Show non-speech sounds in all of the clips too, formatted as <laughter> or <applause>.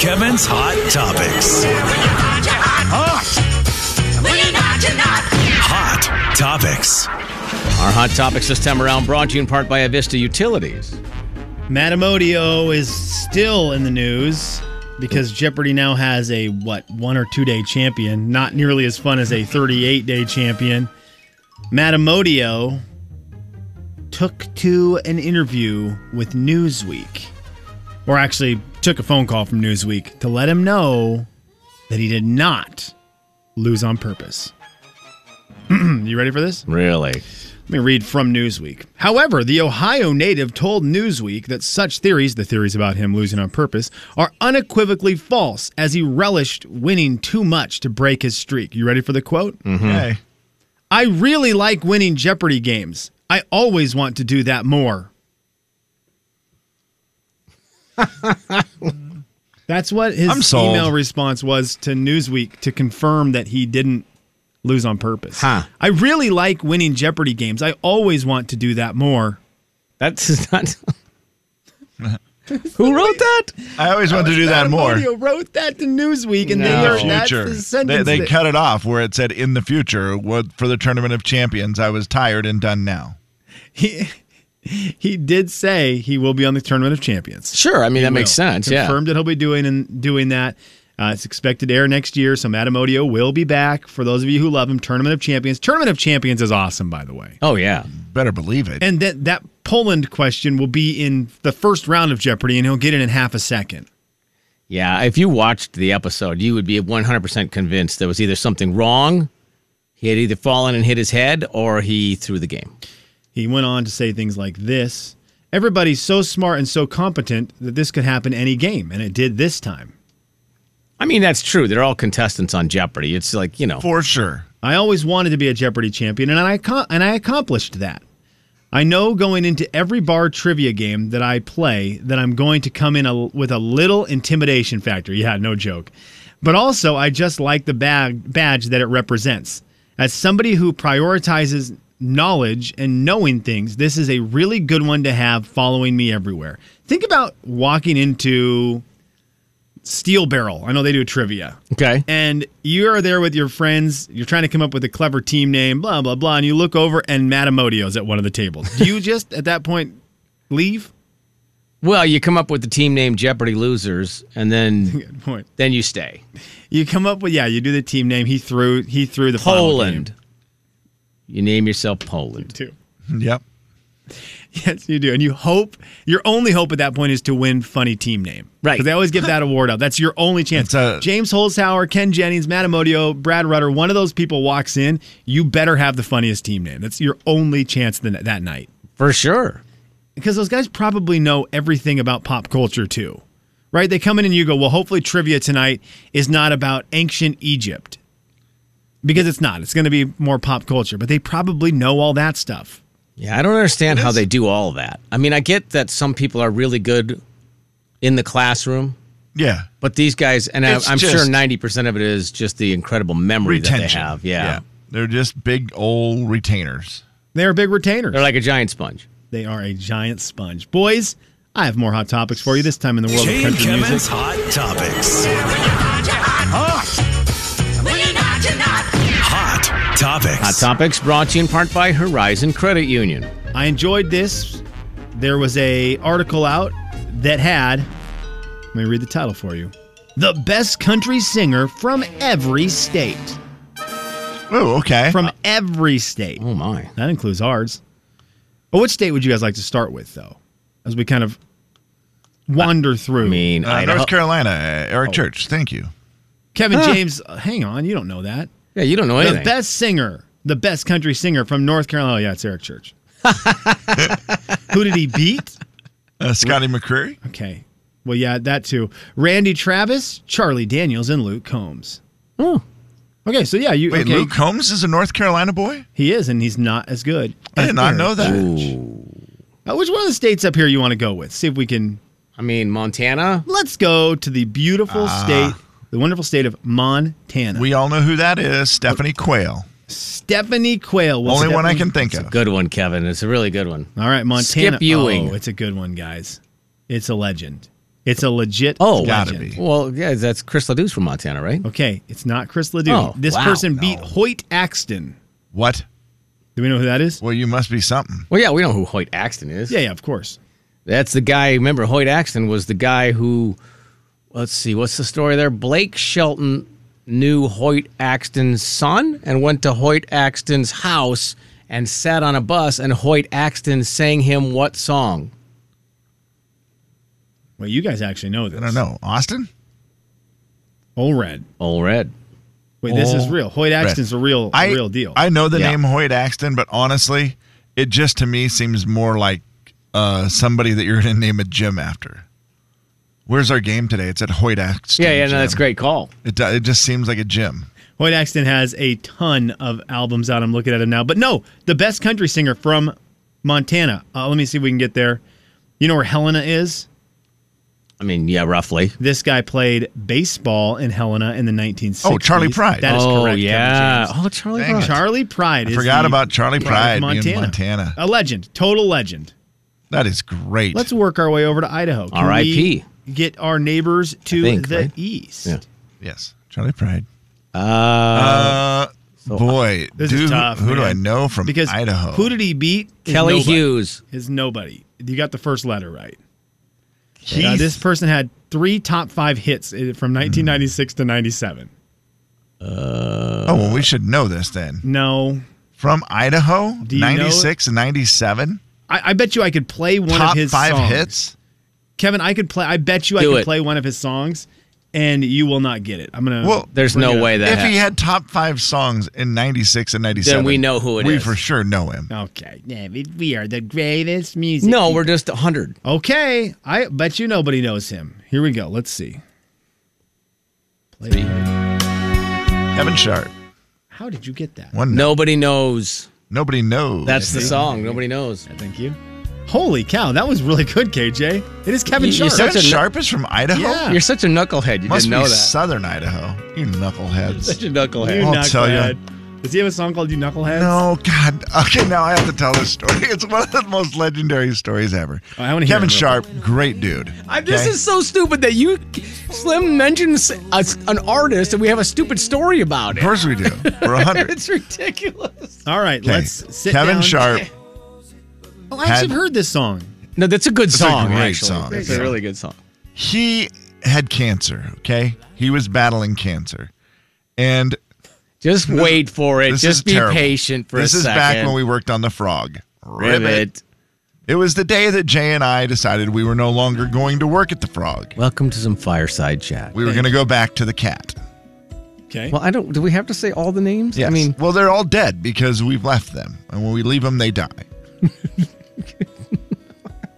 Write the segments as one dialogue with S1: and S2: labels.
S1: Kevin's Hot Topics. Hot Topics.
S2: Our hot topics this time around brought to you in part by Avista Utilities.
S3: Matamodio is still in the news because Jeopardy now has a what one or two day champion, not nearly as fun as a 38 day champion. Matamodio took to an interview with Newsweek, or actually took a phone call from Newsweek to let him know that he did not lose on purpose. <clears throat> you ready for this?
S2: Really?
S3: Let me read from Newsweek. However, the Ohio native told Newsweek that such theories, the theories about him losing on purpose, are unequivocally false as he relished winning too much to break his streak. You ready for the quote?
S4: Okay.
S3: I really like winning Jeopardy games. I always want to do that more. That's what his
S4: I'm sold.
S3: email response was to Newsweek to confirm that he didn't lose on purpose.
S2: Huh.
S3: I really like winning Jeopardy games. I always want to do that more.
S2: That's <laughs> not. Who wrote that?
S4: I always want to do that more.
S3: Audio wrote that to Newsweek, and
S2: No.
S3: then
S2: In the
S3: that's
S4: Future.
S3: the sentence.
S4: they they
S3: that-
S4: cut it off where it said in the future what for the tournament of champions. I was tired and done now.
S3: he, he did say he will be on the Tournament of Champions.
S2: Sure. I mean, that makes
S3: will.
S2: sense.
S3: Confirmed that he'll be doing and doing that. Uh, it's expected to air next year, so Matamodio will be back. For those of you who love him, Tournament of Champions. Tournament of Champions is awesome, by the way.
S2: Yeah. Oh, yeah.
S4: Better believe it.
S3: And that that Poland question will be in the first round of Jeopardy, and he'll get it in half a second.
S2: Yeah. If you watched the episode, you would be 100% convinced there was either something wrong, he had either fallen and hit his head, or he threw the game.
S3: He went on to say things like this: "Everybody's so smart and so competent that this could happen any game, and it did this time.
S2: I mean, that's true. They're all contestants on Jeopardy. It's like, you know.
S4: for sure.
S3: I always wanted to be a Jeopardy champion, and I acco- and I accomplished that. I know going into every bar trivia game that I play that I'm going to come in a, with a little intimidation factor. Yeah, no joke. But also, I just like the bag, badge that it represents. As somebody who prioritizes knowledge and knowing things, this is a really good one to have following me everywhere. Think about walking into Steel Barrel. I know they do trivia
S2: okay.
S3: and you are there with your friends. You're trying to come up with a clever team name, blah blah blah. And you look over, and Matamodio's at one of the tables. Do you <laughs> just at that point leave?
S2: Well, you come up with the team name Jeopardy Losers, and then
S3: <laughs> Good point.
S2: then you stay.
S3: You come up with yeah. You do the team name. He threw he threw the final
S2: Poland.
S3: game,
S2: You name yourself Poland.
S3: too.
S4: Yep.
S3: Yes, you do, and you hope your only hope at that point is to win funny team name,
S2: Right.
S3: Because they always give that award out. That's your only chance.
S4: It's a-
S3: James Holzhauer, Ken Jennings, Matamodio, Brad Rutter. One of those people walks in. You better have the funniest team name. That's your only chance the, that night.
S2: For sure.
S3: because those guys probably know everything about pop culture too, right? They come in and you go, well, hopefully trivia tonight is not about ancient Egypt because it's not. It's going to be more pop culture, but they probably know all that stuff.
S2: Yeah, I don't understand how they do all that. I mean, I get that some people are really good in the classroom,
S4: Yeah.
S2: but these guys, and I,
S4: It's
S2: I'm sure
S4: just-
S2: 90% of it is just the incredible memory
S4: Retention.
S2: that they have. Yeah.
S4: They're just big old retainers.
S3: They are big retainers.
S2: They're like a giant sponge.
S3: they are a giant sponge. Boys, I have more hot topics for you this time in the world
S1: Jay
S3: of
S1: and
S3: country music.
S1: Kevin's Hot Topics. Hot Topics.
S2: Hot Topics brought to you in part by Horizon Credit Union.
S3: I enjoyed this. There was a article out that had Let me read the title for you. The best country singer from every state.
S4: Oh, okay.
S3: From every state.
S2: Oh, my.
S3: That includes ours. But which state would you guys like to start with, though? As we kind of wander through.
S2: I mean,
S4: uh,
S2: Idaho. Oh.
S4: North Carolina, uh, Eric Church. Thank you.
S3: Kevin
S2: Huh.
S3: James, uh, hang on, you don't know that.
S2: yeah, you don't know
S3: The
S2: anything.
S3: best singer, the best country singer from North Carolina. Oh, yeah, it's
S2: <laughs>
S3: Eric Church. Who did he beat?
S4: Uh, Scotty McCreery.
S3: Okay. Well, yeah, that too. Randy Travis, Charlie Daniels, and Luke Combs.
S2: Oh.
S3: Okay, so yeah, you
S4: Wait,
S3: okay,
S4: Luke Combs is a North Carolina boy?
S3: he is, and he's not as good.
S4: I
S3: as
S4: did not
S3: Eric.
S4: know that.
S3: Uh, which one of the states up here you want to go with? See if we can
S2: I mean, Montana.
S3: Let's go to the beautiful state, the wonderful state of Montana.
S4: Ah. We all know who that is. Stephanie Quayle.
S3: Stephanie Quayle was
S4: Only one I
S3: Stephanie-
S4: can think of.
S2: Good one, Kevin. It's a really good one.
S3: All right, Montana.
S2: Skip Ewing.
S3: Oh, it's a good one, guys. It's a legend. It's a legit.
S2: Oh,
S4: gotta
S3: legend.
S4: be.
S2: Well, yeah, that's Chris Ledoux from Montana, right?
S3: Okay, it's not Chris Ledoux.
S2: Oh,
S3: this
S2: wow,
S3: person
S2: no.
S3: beat Hoyt Axton.
S4: What?
S3: Do we know who that is?
S4: Well, you must be something.
S2: Well, yeah, we know who Hoyt Axton is.
S3: Yeah, yeah, of course.
S2: That's the guy. Remember, Hoyt Axton was the guy who, let's see, what's the story there? Blake Shelton knew Hoyt Axton's son and went to Hoyt Axton's house and sat on a bus, and Hoyt Axton sang him what song?
S3: Well, you guys actually know this.
S4: I don't know. Austin?
S3: Olred.
S2: All red.
S3: Wait, this is
S4: Ol-
S3: real. Hoyt Axton's a real, a
S4: I,
S3: real deal.
S4: I know the
S2: Yeah.
S4: name Hoyt Axton, but honestly, it just to me seems more like uh, somebody that you're going to name a gym after. Where's our game today? It's at Hoyt Axton.
S2: Yeah, yeah, no,
S4: Gym.
S2: that's a great call.
S4: It, do- it just seems like a gym.
S3: Hoyt Axton has a ton of albums out. I'm looking at him now. But no, the best country singer from Montana. Uh, let me see if we can get there. You know where Helena is?
S2: I mean, yeah, roughly.
S3: This guy played baseball in Helena in the 1960s.
S4: Oh, Charlie Pride.
S3: That is
S2: oh,
S3: correct. Kevin
S2: yeah.
S3: James.
S2: Oh, Charlie
S4: Dang it.
S2: Brown.
S3: Charlie Pride. is
S4: Forgot
S3: the
S4: about Charlie
S3: pride
S4: Pride
S3: of
S4: being Montana.
S3: A legend. Total legend.
S4: That is great.
S3: Let's work our way over to Idaho. Can
S2: R.I.P..
S3: we Get our neighbors to
S2: think,
S3: the
S2: right?
S3: east.
S2: Yeah.
S4: yes, Charlie Pride.
S2: Uh,
S4: Uh, boy,
S3: This is
S4: dude,
S3: tough,
S4: who do
S3: man.
S4: I know from
S3: Because
S4: Idaho?
S3: who did he beat? Is
S2: Kelly
S3: nobody.
S2: Hughes.
S3: Is nobody. You got the first letter right. Uh, this person had three top five hits uh,
S4: Hmm.
S3: from 1996 to 97.
S4: oh, well, we should know this then.
S3: No.
S4: From Idaho,
S3: Do you know-
S4: 96 and 97,
S3: I, I bet you I could play one
S4: top
S3: of his
S4: five
S3: songs.
S4: hits.
S3: Kevin, I could play. I bet you I
S2: Do
S3: could
S2: it.
S3: play one of his songs, and you will not get it. I'm gonna.
S4: Well,
S2: There's
S3: bring it
S2: no
S3: up.
S2: way that
S4: if
S2: happened.
S4: he had top five songs in 96 and 97,
S2: we know who it
S4: it is. we
S2: is.
S4: for sure know him.
S3: Okay. Yeah, we, we are the greatest music.
S2: no, we're just 100.
S3: Okay. I bet you nobody knows him. Here we go. Let's see. Play.
S4: Kevin Sharp.
S3: How did you get that?
S4: One,
S2: Nobody knows.
S4: Nobody knows.
S2: That's the song. Nobody knows.
S3: Yeah, Thank you. Holy cow, that was really good, KJ. It is Kevin
S2: You- you
S3: Sharp.
S2: said-
S4: Kevin
S2: Such a-
S4: Sharp is from Idaho?
S3: Yeah.
S2: You're such a knucklehead. You
S4: Must
S2: didn't
S4: be
S2: know that.
S4: southern Idaho. You
S2: <laughs>
S4: knuckleheads.
S2: such a knucklehead.
S3: You
S4: I'll tell ya.
S3: knucklehead. Does he have a song called You Knuckleheads?
S4: No, God. Okay, now I have to tell this story. It's one of the most legendary stories ever.
S3: Oh, I wanna hear
S4: Kevin
S3: it real
S4: Sharp, great dude.
S2: I, this
S4: okay?
S2: is so stupid that you, Slim, mentions a, an artist and we have a stupid story about
S4: Of
S2: it.
S4: course we do. We're
S2: <laughs>
S4: 100.
S2: It's ridiculous.
S3: All right,
S4: Okay,
S3: let's sit
S4: Kevin
S2: <laughs>
S3: down.
S4: Sharp.
S3: Oh, I actually
S4: had-
S3: have heard this song.
S2: No, that's a good
S4: a
S2: song.
S4: great
S2: actually.
S4: song.
S2: It's
S4: Yeah.
S2: a really good song.
S4: He had cancer, okay? He was battling cancer. And
S2: Just wait for it.
S4: this is
S2: Just be
S4: terrible.
S2: patient for
S4: this
S2: a
S4: is
S2: second.
S4: back when we worked on The Frog.
S2: Ribbit.
S4: It was the day that Jay and I decided we were no longer going to work at the Frog.
S2: Welcome to some fireside chat.
S4: We were going to go back to the cat.
S3: Okay.
S2: well, I don't. Do we have to say all the names?
S4: Yes.
S2: I mean,
S4: well, they're all dead because we've left them, and when we leave them, they die.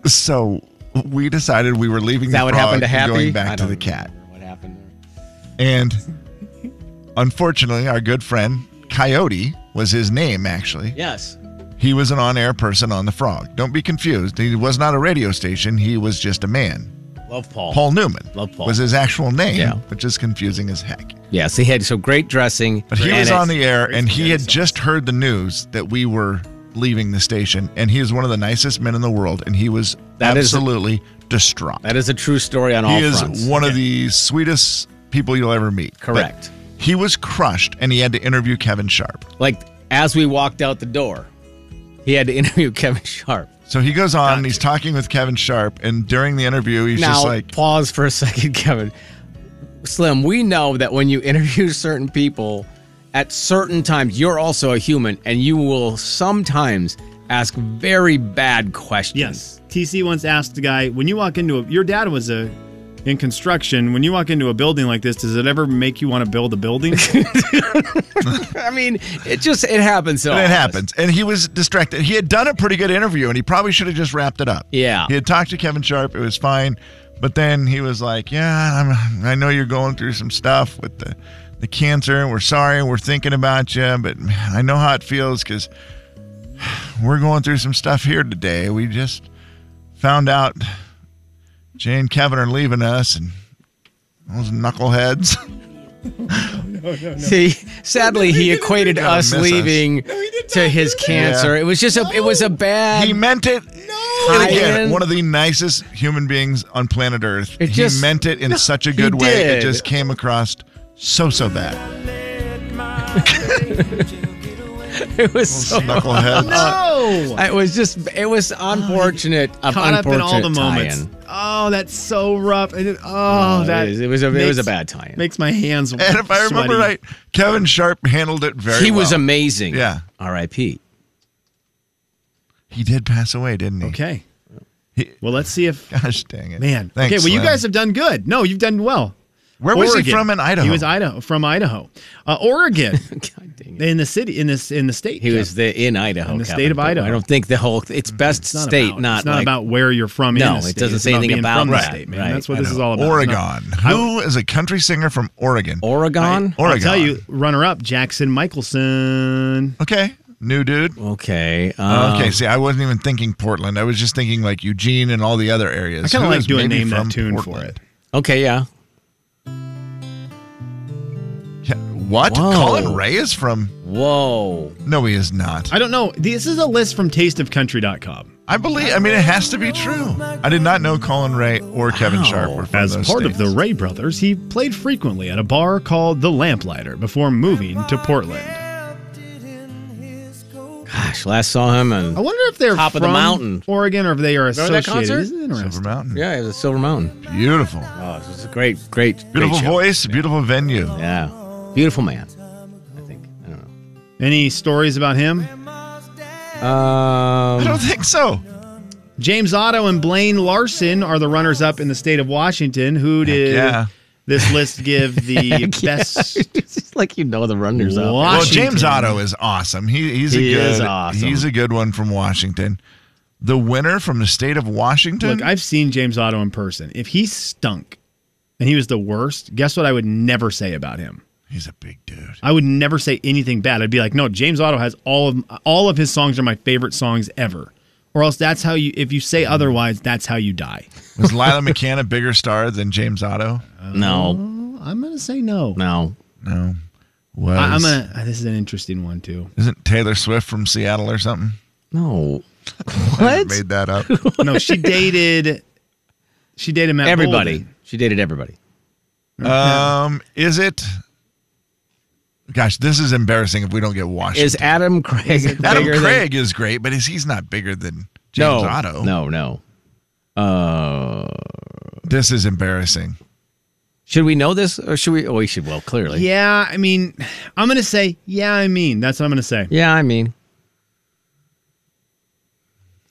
S4: so we decided we were leaving
S2: is that
S4: the
S2: what
S4: frog
S2: happened to
S4: and
S2: Happy?
S4: going
S2: I
S4: back to
S2: don't
S4: the cat,
S2: remember What happened? there.
S4: and unfortunately, our good friend Coyote was his name. Actually,
S2: Yes.
S4: he was an on-air person on the Frog. Don't be confused; he was not a radio station. He was just a man.
S2: Love Paul.
S4: Paul Newman
S2: Love Paul.
S4: was his actual name,
S2: Yeah.
S4: which is confusing as heck.
S2: Yes, he had so great dressing.
S4: But he
S2: and
S4: was
S2: it-
S4: on the air and he had
S3: Grace
S4: just heard the news that we were leaving the station and he is one of the nicest men in the world and he was
S2: That is-
S4: absolutely distraught.
S2: That is a true story on all
S4: he is
S2: fronts.
S4: one of the sweetest people you'll ever meet. But
S2: Correct.
S4: he was crushed and he had to interview Kevin Sharp.
S2: like as we walked out the door, he had to <laughs> interview Kevin Sharp.
S4: So he goes on and he's talking with Kevin Sharp and during the interview he's
S2: now,
S4: just like
S2: pause for a second, <laughs> Kevin. Slim, we know that when you interview certain people at certain times, you're also a human and you will sometimes ask very bad questions.
S3: Yes. TC once asked the guy, when you walk into a, your dad was a, in construction, when you walk into a building like this, does it ever make you want to build
S2: <laughs>
S3: a building?
S2: <laughs> I mean, it just it happens. to
S4: and
S2: all
S4: it
S2: of us.
S4: happens. And he was distracted. He had done a pretty good interview and he probably should have just wrapped it up.
S2: Yeah.
S4: He had talked to Kevin Sharp. It was fine. But then he was like, Yeah, I'm, I know you're going through some stuff with the, the cancer. and We're sorry. We're thinking about you. But man, I know how it feels because we're going through some stuff here today. We just found out Jay and Kevin are leaving us and those knuckleheads. <laughs>
S2: See, sadly,
S4: <laughs>
S2: he equated
S4: gonna
S2: us
S4: miss us.
S2: leaving to his cancer.
S4: Yeah.
S3: Um,
S2: It was just a it was a bad.
S4: he meant it. And again,
S2: tie-in.
S4: one of the nicest human beings on planet Earth.
S2: It
S4: he
S2: just-
S4: meant it in such a
S2: he
S4: good way. It
S2: did.
S4: just came across so so bad.
S2: <laughs> It was
S4: <laughs>
S2: so.
S3: <laughs> Uh,
S4: Knucklehead.
S3: No.
S2: It was just. It was unfortunate. of
S3: Oh, Caught up in all the
S2: unfortunate
S3: moments.
S2: tie-in.
S3: Oh, that's so rough. And it- oh,
S2: it
S3: that
S2: is- it was a- it
S3: makes-
S2: was a bad tie-in.
S3: Makes my hands.
S4: And if I remember
S3: sweaty.
S4: right, Kevin Sharp handled it very
S2: He
S4: well.
S2: was amazing.
S4: Yeah.
S2: R.I.P.
S4: He did pass away, didn't he?
S3: Okay.
S4: He-
S3: Well, let's see if
S4: Gosh dang it.
S3: man.
S4: Thanks,
S3: okay. Well, you
S4: Slim.
S3: guys have done good. No, you've done well.
S4: Where was he
S3: Oregon.
S4: from in Idaho?
S3: He was Idaho from Idaho, uh, Oregon,
S4: <laughs>
S2: God dang it.
S3: in the city, in this, in the state.
S2: He
S3: Kev.
S2: was the, in Idaho.
S3: In the
S2: Kevin,
S3: state of
S2: but
S3: Idaho. Mm-hmm.
S2: I don't think the whole. It's best
S3: It's not
S2: state,
S3: about,
S2: not
S3: it's not
S2: like
S3: about where you're from.
S2: No,
S3: in the
S2: it
S3: state.
S2: doesn't
S3: It's
S2: say
S3: about
S2: anything
S3: being
S2: about
S3: from
S2: that.
S3: The state, man.
S2: Right,
S3: That's what
S2: I
S3: this
S2: know.
S3: is all about. It's not-
S4: Oregon. Who is a country singer from Oregon?
S2: Oregon.
S4: Oregon.
S3: I'll tell you, runner-up Jackson Michelson.
S4: Okay. New dude.
S2: okay. uh,
S4: Okay, see, I wasn't even thinking Portland. I was just thinking like Eugene and all the other areas.
S3: I kind
S4: Who
S3: of like
S4: is
S3: doing
S4: maybe
S3: name that
S4: from
S3: tune for
S4: Portland?
S3: it.
S2: Okay. Yeah.
S4: Yeah, What?
S2: Whoa.
S4: Colin Ray is from?
S2: Whoa.
S4: No, he is not.
S3: I don't know. This is a list from tasteofcountry.com.
S4: I believe. I mean, it has to be true. I did not know Colin Ray or Kevin
S2: Wow.
S4: Sharp were from
S3: As
S4: those
S3: part of the
S4: states.
S3: Ray Brothers, he played frequently at a bar called The Lamplighter before moving to Portland.
S2: Gosh, last saw him and
S3: I wonder if they're
S2: Top of
S3: from
S2: the mountain.
S3: Oregon or if they are
S2: Remember that
S3: associated.
S2: concert?
S3: Isn't it
S4: Silver
S3: interesting?
S4: Mountain.
S2: yeah, it was a Silver Mountain.
S4: Beautiful,
S2: Oh, it was a great, great, great
S4: beautiful
S2: show.
S4: voice, beautiful venue.
S2: Yeah, beautiful man. I think. I don't know.
S3: Any stories about him?
S4: I
S3: <laughs>
S2: Um,
S4: don't think so.
S3: James Otto and Blaine Larson are the runners up in the state of Washington. Who did
S4: yeah.
S3: this list
S2: <laughs>
S3: give the best?
S2: it's just like you know the runners up.
S3: What?
S4: Well,
S3: Washington.
S4: James Otto is awesome. He, he's a
S2: He
S4: good.
S2: is awesome.
S4: He's a good one from Washington. The winner from the state of Washington.
S3: Look, I've seen James Otto in person. If he stunk and he was the worst, guess what I would never say about him?
S4: he's a big dude.
S3: I would never say anything bad. I'd be like, no, James Otto has all of all of his songs are my favorite songs ever. Or else that's how you if you say otherwise, that's how you die.
S4: Was Lila McCann a bigger star than James Otto?
S2: No,
S3: Well, I'm gonna say no.
S2: no.
S4: No. Was.
S3: I, I'm gonna ah, this is an interesting one too. <laughs>
S4: Isn't Taylor Swift from Seattle or something?
S2: No.
S4: I
S2: What?
S4: made that up.
S3: No, she dated she dated Matt
S2: Everybody.
S3: Bolden.
S2: She dated everybody.
S4: um, is it? Gosh, this is embarrassing if we don't get Washington.
S2: Is Adam Craig
S4: Adam
S2: bigger than-
S4: Craig is great, but is he's not bigger than James
S2: no,
S4: Otto?
S2: No, no. Uh,
S4: This is embarrassing.
S2: should we know this, or should we? Oh, we should. Well, clearly.
S3: Yeah, I mean, I'm gonna say, yeah, I mean, that's what I'm gonna say.
S2: Yeah, I mean,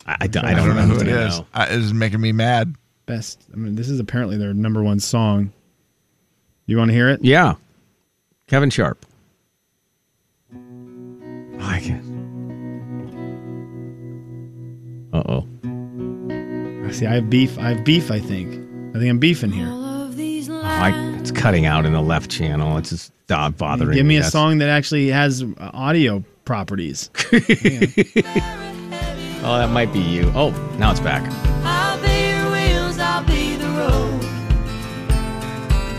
S2: I, I don't, I
S4: I
S2: don't
S4: don't know who it
S2: I don't
S4: is.
S2: know.
S4: I, it's making me mad.
S3: Best. I mean, this is apparently their number one song. You want to hear it?
S2: Yeah, Kevin Sharp. Oh, I can't. Uh oh.
S3: See, I have beef. I have beef. I think. I think I'm beefing here.
S2: I, it's cutting out in the left channel. It's just uh, bothering
S3: Give me a
S2: That's-
S3: song that actually has uh, audio properties.
S2: Oh, that might be you. Oh, now it's back.
S5: I'll be your wheels, I'll be the road.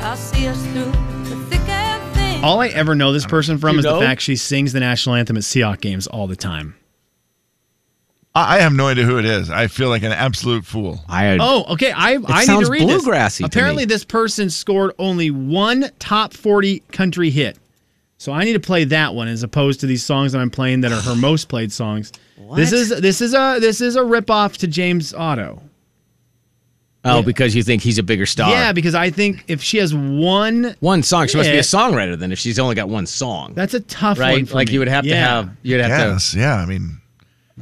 S5: I'll see us through the thick and thin.
S3: All I ever know
S2: <laughs>
S3: this person from
S2: You
S3: is
S2: know?
S3: the fact she sings the national anthem at Seahawk games all the time.
S4: I, I have no idea who it is. I feel like an absolute fool.
S2: I
S3: Oh, okay. I I need
S2: sounds
S3: to read this.
S2: bluegrassy to
S3: Apparently,
S2: me.
S3: this person scored only one top forty country hit. So I need to play that one as opposed to these songs that I'm playing that
S2: <sighs>
S3: are her most played songs. This
S2: What?
S3: is this is a this is a ripoff to James Otto.
S2: oh, because you think he's a bigger star.
S3: Yeah, because I think if she has one,
S2: one song. She must be
S3: Yeah.
S2: a songwriter then if she's only got one song.
S3: that's a tough one.
S2: right?
S3: for
S2: Like
S3: me.
S2: you would have
S3: Yeah.
S2: to have you'd have
S4: Yes, yeah. I mean,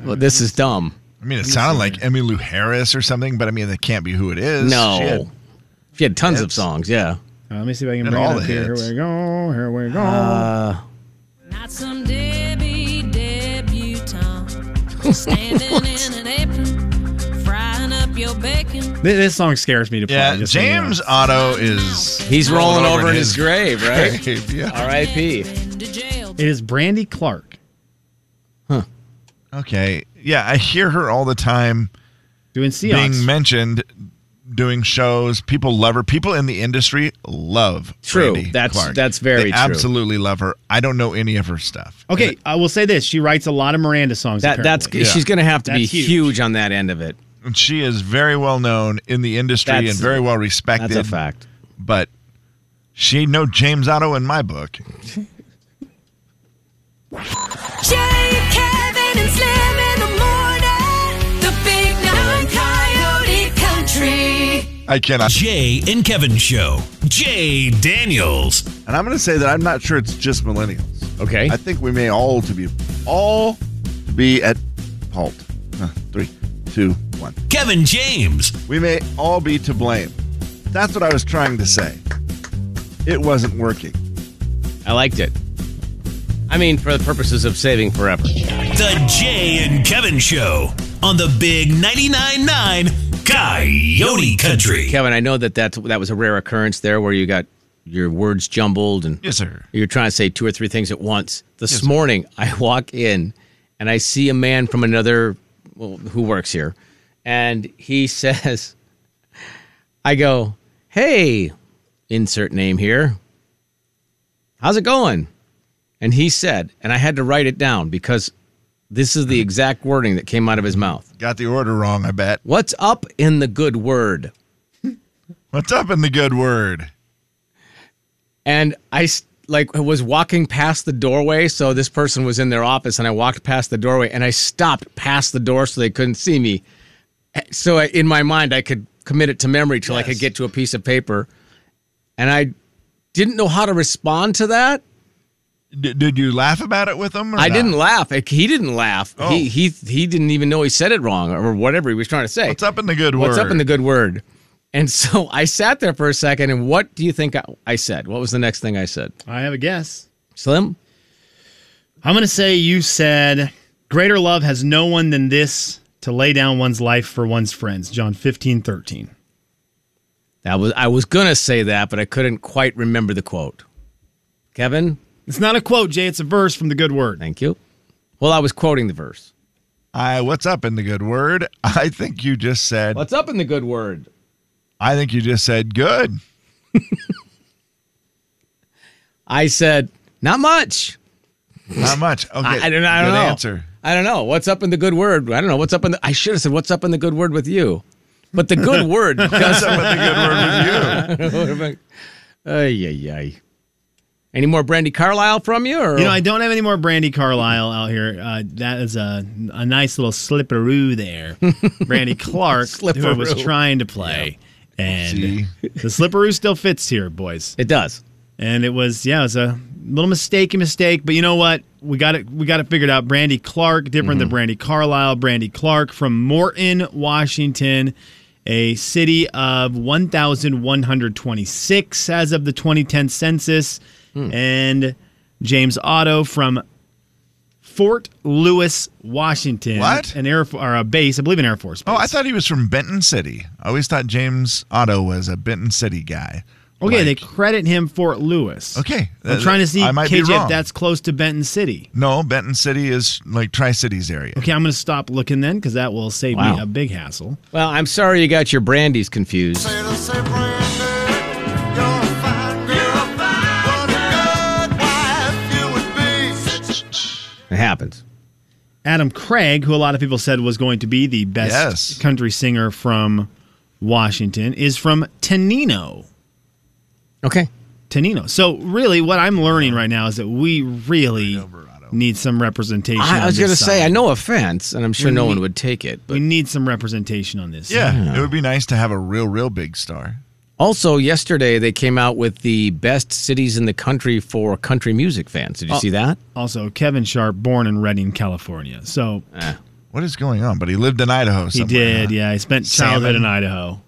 S2: to well, this is dumb.
S4: I mean, it sounded like Emmylou Harris or something, but I mean, that can't be who it is.
S2: No. She
S4: Shit.
S2: had, tons of
S4: Hits.
S2: songs, yeah.
S3: Uh, let me see if I can
S4: And
S3: bring
S4: all
S3: it up
S4: the
S3: here.
S4: hits.
S3: Here we go. Here we go.
S2: Uh,
S5: Not some Debbie debutante standing in an apron, frying up your bacon.
S3: Thi- this song scares me to play.
S4: Yeah,
S3: just so you know.
S4: James Otto is.
S2: He's rolling over in his grave, <laughs> right?
S4: grave, yeah.
S2: R.I.P.
S5: Been to jail.
S3: It is Brandy Clark
S4: Okay. Yeah, I hear her all the time
S3: doing Seahawks.
S4: being mentioned, doing shows. People love her. People in the industry love.
S2: True.
S4: Brandi
S2: That's-
S4: Clark.
S2: that's very
S4: They
S2: true.
S4: Absolutely love her. I don't know any of her stuff.
S3: okay, I will say this: she writes a lot of Miranda songs.
S2: That that's
S3: apparently.
S2: she's gonna have to be
S3: That's huge.
S2: huge on that end of it.
S4: And she is very well known in the industry
S2: That's-
S4: and very well respected.
S2: That's a fact.
S4: But she ain't no James Otto in my book.
S5: Jay, Kevin, and Slim in the morning. The big nine coyote country.
S4: I cannot.
S1: Jay and Kevin Show. Jay Daniels.
S6: And I'm going to say that I'm not sure it's just millennials.
S2: Okay.
S6: I think we may all to be all to be at halt. Huh, three, two, one.
S1: Kevin James.
S6: We may all be to blame. That's what I was trying to say. It wasn't working.
S2: I liked it. I mean, for the purposes of saving forever.
S1: The Jay and Kevin Show on the Big 99.9 9 Coyote Country.
S2: Kevin, I know that that's, that was a rare occurrence there where you got your words jumbled and
S4: Yes, sir.
S2: you're trying to say two or three things at once. This morning, I walk in and I see a man from another well, who works here, and he <laughs> says, "I go, hey, insert name here. How's it going?" And he said, and I had to write it down because this is the exact wording that came out of his mouth.
S4: Got the order wrong, I bet.
S2: What's up in the good word?
S4: What's up in the good word?
S2: and I s- like was walking past the doorway. So this person was in their office, and I walked past the doorway, and I stopped past the door so they couldn't see me. Eh, So I, in my mind, I could commit it to memory till I could get to a piece of paper, and I didn't know how to respond to that.
S4: D- did you laugh about it with them? Or
S2: I
S4: not?
S2: didn't laugh. Like, He didn't laugh.
S4: Oh.
S2: He he he didn't even know he said it wrong or whatever he was trying to say.
S4: What's up in the good
S2: What's
S4: word?
S2: up in the good word? And <laughs> so I sat there for a second, and what do you think I, I said? What was the next thing I said?
S3: I have a guess.
S2: Slim,
S3: I'm going to say you said, Greater love has no one than this to lay down one's life for one's friends. John 15, 13.
S2: That was I was gonna say that, but I couldn't quite remember the quote. Kevin,
S3: It's not a quote, Jay. It's a verse from the good word.
S2: thank you. Well, I was quoting the verse.
S4: I, what's up in the good word? I think you just said.
S2: What's up in the good word?
S4: I think you just said good.
S2: I said, not much.
S4: Not much. Okay.
S2: I, I don't, I don't
S4: good
S2: know.
S4: answer.
S2: I don't know. What's up in the good word? I don't know. What's up in the I should have said what's up in the good word with you. But the
S4: <laughs>
S2: good word
S4: What's
S2: does
S4: up in the good word with you?
S2: Ay, <laughs> ay, ay. Any more Brandy Carlisle from you or
S3: You know, I don't have any more Brandy Carlisle out here. Uh, that is a, a nice little
S2: <laughs>
S3: slipperoo there. Brandy Clark, who I was
S2: Slipperoo.
S3: trying to play. And
S4: See?
S3: the slipperoo still fits here, boys.
S2: it does.
S3: And it was, yeah, it was a little mistakey mistake, but you know what? We got it. We got it figured out. Brandy Clark, different than
S4: Mm-hmm.
S3: Brandy Carlisle. Brandy Clark from Morton, Washington, a city of 1,126 as of the 2010 census,
S4: Hmm.
S3: and James Otto from Fort Lewis, Washington.
S4: What?
S3: An air or a base? I believe an Air Force. Base.
S4: Oh, I thought he was from Benton City. I always thought James Otto was a Benton City guy.
S3: Okay,
S4: Like-
S3: they credit him Fort Lewis.
S4: Okay,
S3: I'm
S4: that-
S3: trying to see
S4: I might be
S3: KJ,
S4: wrong.
S3: if that's close to Benton City.
S4: no Benton City is like Tri Cities area.
S3: Okay, I'm going to stop looking then because that will save
S2: Wow.
S3: me a big hassle.
S2: Well, I'm sorry you got your brandies confused. It happens.
S3: Adam Craig, who a lot of people said was going to be the best
S4: Yes.
S3: country singer from Washington, is from Tenino.
S2: Okay.
S3: Tenino. So, really, what I'm learning right now is that we really need some representation.
S2: I, I
S3: on
S2: was
S3: this
S2: going to say, I
S3: side.
S2: know offense, and I'm sure
S3: We
S2: no
S3: need-
S2: one would take it.
S3: We
S2: But
S3: need some representation on this.
S4: Yeah, it would be nice to have a real, real big star.
S3: Mm-hmm.
S2: also, yesterday they came out with the best cities in the country for country music fans.
S3: Oh.
S2: Did you see that?
S3: Also, Kevin Sharp, born in Redding, California. So,
S4: What is going on? But he lived in Idaho.
S3: he
S4: Somewhere,
S3: did.
S4: huh?
S3: Yeah, he spent childhood
S4: Salmon.
S3: in Idaho.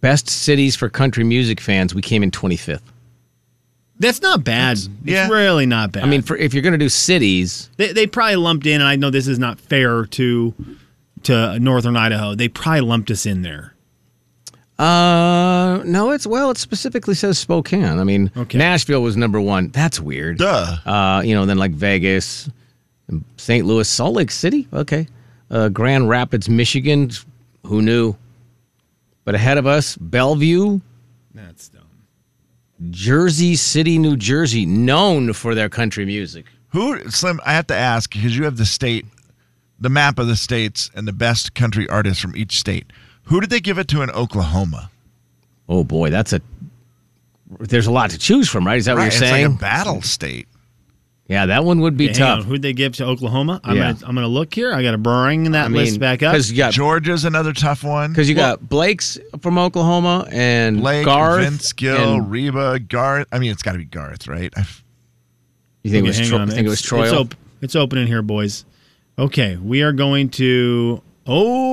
S2: Best cities for country music fans. We came in 25th.
S3: That's not bad. It's,
S4: yeah.
S3: really not bad.
S2: I mean, for, if you're going to do cities,
S3: They, they probably lumped in, and I know this is not fair to to northern Idaho. They probably lumped us in there.
S2: uh, no, it's well, it specifically says Spokane. I mean,
S3: Okay.
S2: Nashville was number one. That's weird.
S4: Duh.
S2: Uh, you know, then like Vegas, and St. Louis, Salt Lake City. Okay. Uh, Grand Rapids, Michigan. Who knew? But ahead of us, Bellevue,
S3: That's dumb.
S2: Jersey City, New Jersey, known for their country music.
S4: Who Slim? I have to ask because you have the state the map of the states and the best country artists from each state. Who did they give it to in Oklahoma?
S2: Oh boy, that's a. There's a lot to choose from, right? Is that what
S4: Right,
S2: you're
S4: it's
S2: saying?
S4: like a battle state.
S2: yeah, that one would be
S3: Hey, hang on,
S2: tough.
S3: Who'd they give to Oklahoma? I'm
S2: Yeah.
S3: gonna I'm gonna look here. I gotta bring that
S2: I
S3: list back up.
S2: because you got
S4: Georgia's another tough one.
S2: because Uh, you got Blake's from Oklahoma and
S4: Blake,
S2: Garth.
S4: Vince Gill,
S2: and-
S4: Reba, Garth. I mean, it's got to be Garth, right? I,
S2: you think it
S3: Okay,
S2: was?
S3: hang
S2: Tro-
S3: on.
S2: you think it was
S3: It's-
S2: Troy?
S3: It's, op- it's opening here, boys. Okay, we are going to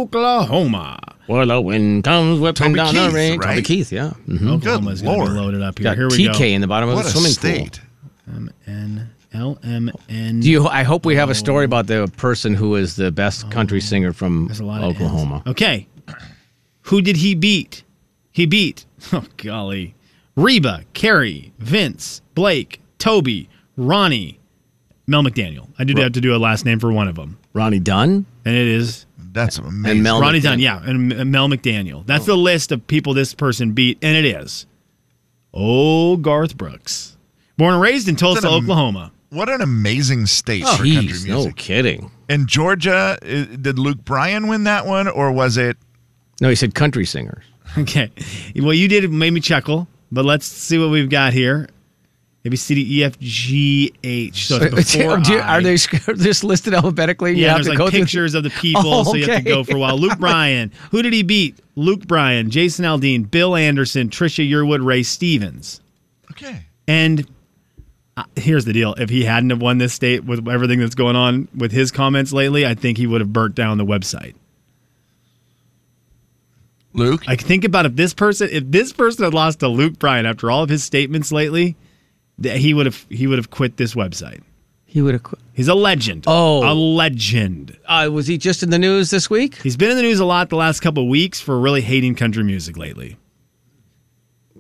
S3: Oklahoma.
S2: Well, the wind comes whipping
S4: Toby
S2: down the
S4: Keith,
S2: rain. Toby
S4: right?
S2: Keith, yeah. Mhm.
S3: Oklahoma's gonna
S4: Lord.
S3: be loaded up here.
S2: Got
S3: here we
S2: TK
S3: go.
S2: in the bottom of
S4: what
S2: the
S4: a
S2: swimming
S4: state.
S2: pool.
S3: M N L M N.
S2: Do you? I hope we have a story
S4: Oh.
S2: about the person who is the best country singer from
S3: There's a lot of
S2: Oklahoma.
S3: N's. Okay, who did he beat? He beat. <laughs> Oh golly, Reba, Carrie, Vince, Blake, Toby, Ronnie, Mel McDaniel. I did have to do a last name for one of them,
S2: Ronnie Dunn
S3: and it is
S4: That's amazing.
S2: and Mel. McDaniel.
S3: Ronnie
S2: Oh.
S3: Dunn, yeah, and M- Mel McDaniel. That's the list of people this person beat, and it is. Oh, Garth Brooks, born and raised in Tulsa,
S4: an am-
S3: Oklahoma.
S4: What an amazing state Oh, for country
S2: Jeez, Oh, no
S4: music.
S2: kidding.
S4: And Georgia, i- did Luke Bryan win that one, or was it?
S2: No, he said country singers.
S3: Okay, well, you did made me chuckle, but let's see what we've got here. A B C D E F G
S2: <laughs>
S3: H. So it's
S2: Do you-
S3: <laughs> before I.
S2: are they just listed alphabetically? You
S3: Yeah,
S2: have
S3: there's
S2: to
S3: like
S2: go through- <laughs>
S3: pictures of the people,
S2: Oh,
S3: so you have
S2: okay.
S3: to go for a while. Luke
S2: <laughs>
S3: Bryan, who did he beat? Luke Bryan, Jason Aldean, Bill Anderson, Trisha Yearwood, Ray Stevens.
S4: Okay.
S3: And uh, here's the deal: if he hadn't have won this state with everything that's going on with his comments lately, I think he would have burnt down the website.
S4: Luke?
S3: I think about if this person, if this person had lost to Luke Bryan after all of his statements lately, that he would have he would have quit this website.
S2: He would have. Qu-
S3: He's a legend.
S2: Oh.
S3: a legend.
S2: uh, was he just in the news this week?
S3: He's been in the news a lot the last couple of weeks for really hating country music lately.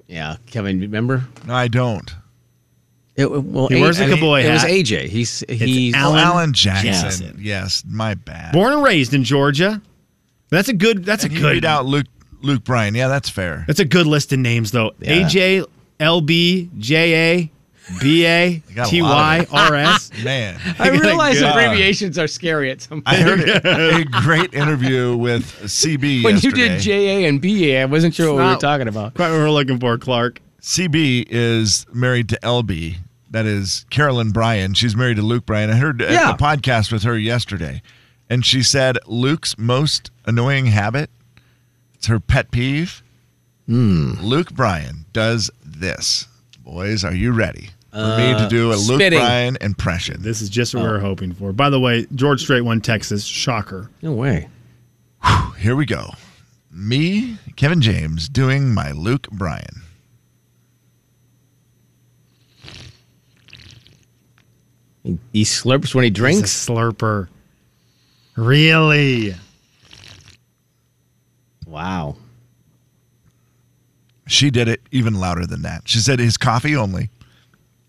S2: Yeah, Kevin, remember?
S4: no, I don't.
S2: It, well,
S3: He wears a
S2: I mean,
S3: cowboy
S2: It was
S3: hat.
S2: AJ. He's he's
S3: <laughs>
S4: Oh,
S3: Alan
S4: Alan Jackson.
S3: Jackson.
S4: Yes, my bad.
S3: Born and raised in Georgia. That's a good. That's
S4: and
S3: a
S4: you
S3: good.
S4: beat out Luke Luke Bryan. Yeah, that's fair.
S3: That's a good list of names though.
S2: Yeah.
S3: AJ, LB, JA,
S4: <laughs>
S3: BA,
S4: got a lot
S3: TY, RS.
S4: Man,
S2: I realize
S4: God.
S2: abbreviations are scary at some
S4: I
S2: point.
S4: heard
S2: <laughs>
S4: a great interview with CB
S2: When you did
S4: yesterday.
S2: JA and BA, I wasn't sure what we were
S3: not-
S2: talking about.
S3: <laughs> Quite what we're looking for, Clark.
S4: CB is married to LB. That is Carolyn Bryan. She's married to Luke Bryan. I heard a-
S2: Yeah.
S4: a podcast with her yesterday, and she said Luke's most annoying habit, it's her pet peeve.
S2: Hmm.
S4: Luke Bryan does this. Boys, are you ready for me to do a
S2: Uh, spitting.
S4: Luke Bryan impression?
S3: This is just what we were hoping for. By the way, George Strait won Texas. Shocker.
S2: No way.
S4: Here we go. Me, Kevin James, doing my Luke Bryan.
S2: He, he slurps when he
S3: He's a
S2: drinks.
S3: slurper. Really?
S2: Wow.
S4: She did it even louder than that. She said his coffee only,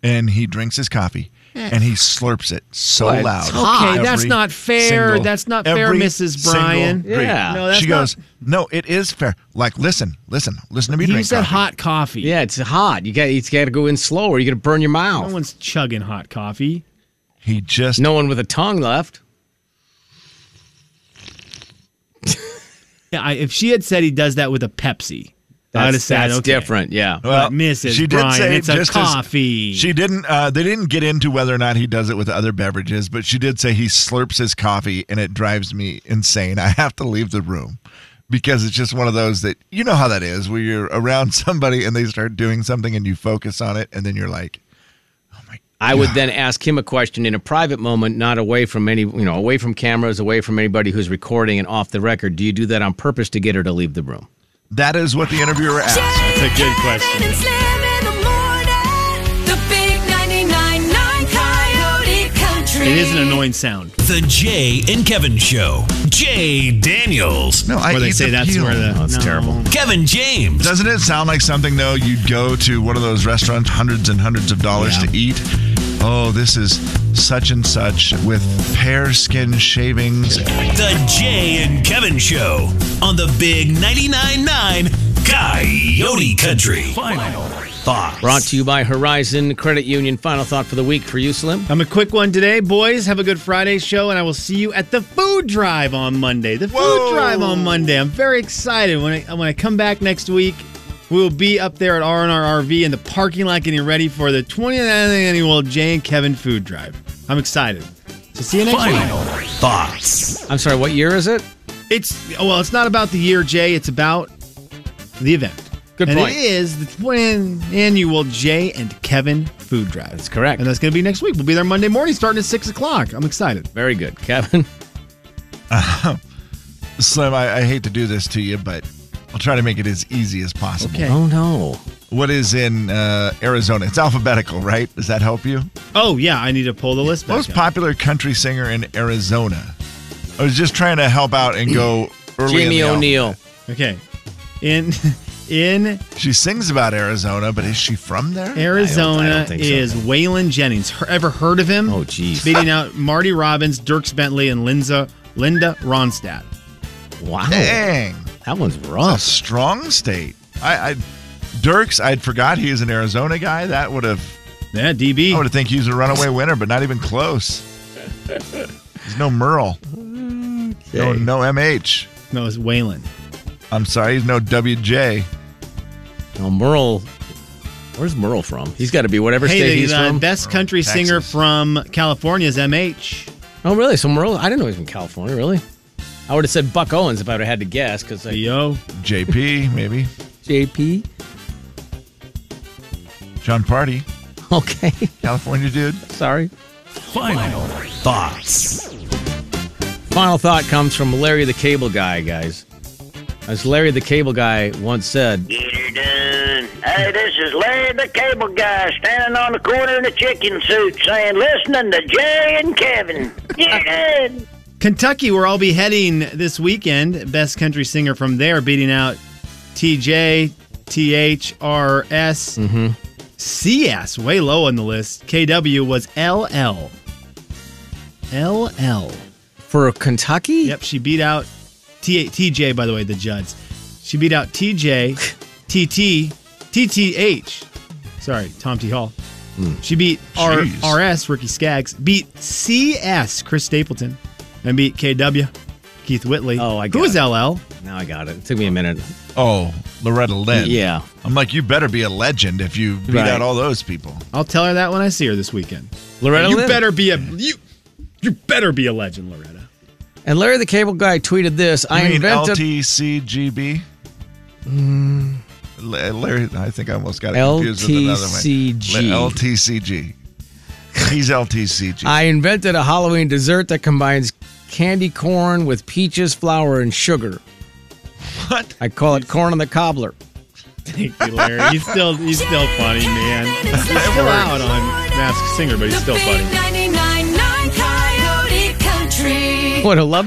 S4: and he drinks his coffee and he slurps it so
S2: What?
S4: loud.
S3: Eh. Okay,
S4: Every
S3: that's not fair.
S4: single-
S3: That's not fair,
S4: every
S3: Mrs.
S4: single
S3: Bryan.
S4: drink.
S2: Yeah. No,
S3: that's
S4: she
S3: not-
S4: goes, no, it is fair. Like, listen, listen, listen to me
S3: He
S4: drink
S3: said
S4: coffee.
S3: hot coffee.
S2: Yeah, it's hot. You got you got to go in slower. You got to burn your
S3: No
S2: mouth.
S3: one's chugging hot coffee.
S4: He just
S2: No one with a tongue left.
S3: Yeah, I, if she had said he does that with a Pepsi,
S2: That's,
S3: I'd have said
S2: that's
S3: okay.
S2: different. Yeah.
S3: but Mrs. Bryan, it's a
S4: just as-
S3: coffee.
S4: she didn't. Uh, they didn't get into whether or not he does it with other beverages, but she did say he slurps his coffee, and it drives me insane. I have to leave the room because it's just one of those that you know how that is, where you're around <laughs> somebody and they start doing something, and you focus on it, and then you're like,
S2: I would then ask him a question in a private moment, not away from any, you know, away from cameras, away from anybody who's recording and off the record. Do you do that on purpose to get her to leave the room?
S4: "That is what the interviewer asked."
S3: a good question.
S5: And Slim in the morning. The big 99.9 Coyote Country.
S3: It is an annoying sound.
S1: The Jay and Kevin Show. Jay Daniels.
S4: No, I
S3: Where they
S4: eat
S3: say
S4: the
S3: that's
S4: peel.
S3: where the.
S2: that's terrible.
S1: Kevin James.
S4: Doesn't it sound like something though? You'd go to one of those restaurants, hundreds and hundreds of dollars
S3: Yeah.
S4: to eat. Oh, this is such and such with pear skin shavings.
S1: The Jay and Kevin Show on the Big 99.9 Coyote Country. Final. thoughts.
S2: Brought to you by Horizon Credit Union. Final thought for the week for you, Slim.
S3: I'm a quick one today, boys. Have a good Friday show, and I will see you at the food drive on Monday. The food
S4: Whoa.
S3: drive on Monday. I'm very excited. When I when I come back next week, we will be up there at R&R RV in the parking lot getting ready for the 29th annual Jay and Kevin food drive. I'm excited. So see you next week.
S1: Final thoughts.
S2: I'm sorry, what year is it?
S3: It's well, it's not about the year, Jay. It's about the event.
S2: Good
S3: and
S2: point.
S3: it is the 20th annual Jay and Kevin food drive.
S2: That's correct.
S3: And that's going to be next week. We'll be there Monday morning starting at 6 o'clock. I'm excited.
S2: Very good, Kevin.
S4: Slim, I, I hate to do this to you, but I'll try to make it as easy as possible.
S3: Okay.
S2: <laughs> Oh no.
S4: What is in uh, Arizona? It's alphabetical, right? Does that help you?
S3: Oh yeah, I need to pull the list back.
S4: Most
S3: up.
S4: popular country singer in Arizona. I was just trying to help out and go early. in
S2: Jamie
S4: the alphabet.
S2: O'Neill.
S3: okay, in <laughs> in
S4: She sings about Arizona, but is she from there?
S3: Arizona
S2: think so.
S3: is Waylon Jennings. Her- ever heard of him?
S2: Oh, jeez.
S3: beating out Marty Robbins, Dirks Bentley, and Linda Linda Ronstadt.
S2: Wow.
S4: Dang.
S2: That one's
S4: A
S2: rough.
S4: strong state. I, I Dirks, I'd forgot he was an Arizona guy. That would have
S3: Yeah, DB.
S4: I would have think he was a runaway winner, but not even close. There's no Merle. No no MH.
S3: No, it's Waylon.
S4: I'm sorry, he's no WJ.
S2: Now Merle. Where's Merle from? He's got to be whatever state
S3: Hey,
S2: he's
S3: the uh,
S2: from.
S3: best country
S4: Texas.
S3: singer from California is MH.
S2: oh, really? So Merle? I didn't know he was from California. Really? I would have said Buck Owens if I would have had to guess because I
S3: Yo,
S4: JP, maybe.
S2: JP.
S4: John Party,
S2: <laughs> Okay.
S4: California dude.
S2: Sorry.
S1: Final thoughts.
S2: Final thought comes from Larry the Cable Guy, guys. As Larry the Cable Guy once said,
S7: Get her done. Hey, this is Larry the Cable Guy standing on the corner in a chicken suit saying, listening to Jay and Kevin. Get her done.
S3: Kentucky, where I'll be heading this weekend. Best country singer from there, beating out TJ, THRS, CS, way low on the list. KW was LL. LL.
S2: for Kentucky?
S3: Yep, she beat out T- TJ, by the way, the Judds. She beat out <laughs> TJ, TT, TTH. Sorry, Tom T. Hall. She beat R-
S4: Jeez.
S3: RS, Ricky Skaggs, beat CS, Chris Stapleton, and beat KW, Keith Whitley.
S2: Oh, I
S3: Who
S2: got
S3: is
S2: it.
S3: LL?
S2: Now I got it. It took me a minute.
S4: Oh, Loretta Lynn.
S2: Yeah.
S4: I'm like, you better be a legend if you beat
S2: Right.
S4: out all those people.
S3: I'll tell her that when I see her this weekend.
S2: Loretta
S3: you
S2: Lynn.
S3: better be a you you better be a legend, Loretta.
S2: And Larry the Cable Guy tweeted this.
S4: You
S2: I
S4: mean
S2: invented Mm.
S4: LTCGB? La- Larry, I think I almost got it confused with another
S2: LTCG.
S4: one. La- LTCG. He's LTCG.
S2: I invented a Halloween dessert that combines candy corn with peaches, flour, and sugar.
S4: what?
S2: I call it corn on the cobbler.
S3: Thank you, Larry. He's still he's still funny, man. <laughs> He's still out on Masked Singer, but he's still funny.
S5: The big 99.9 Coyote Country.
S2: What a love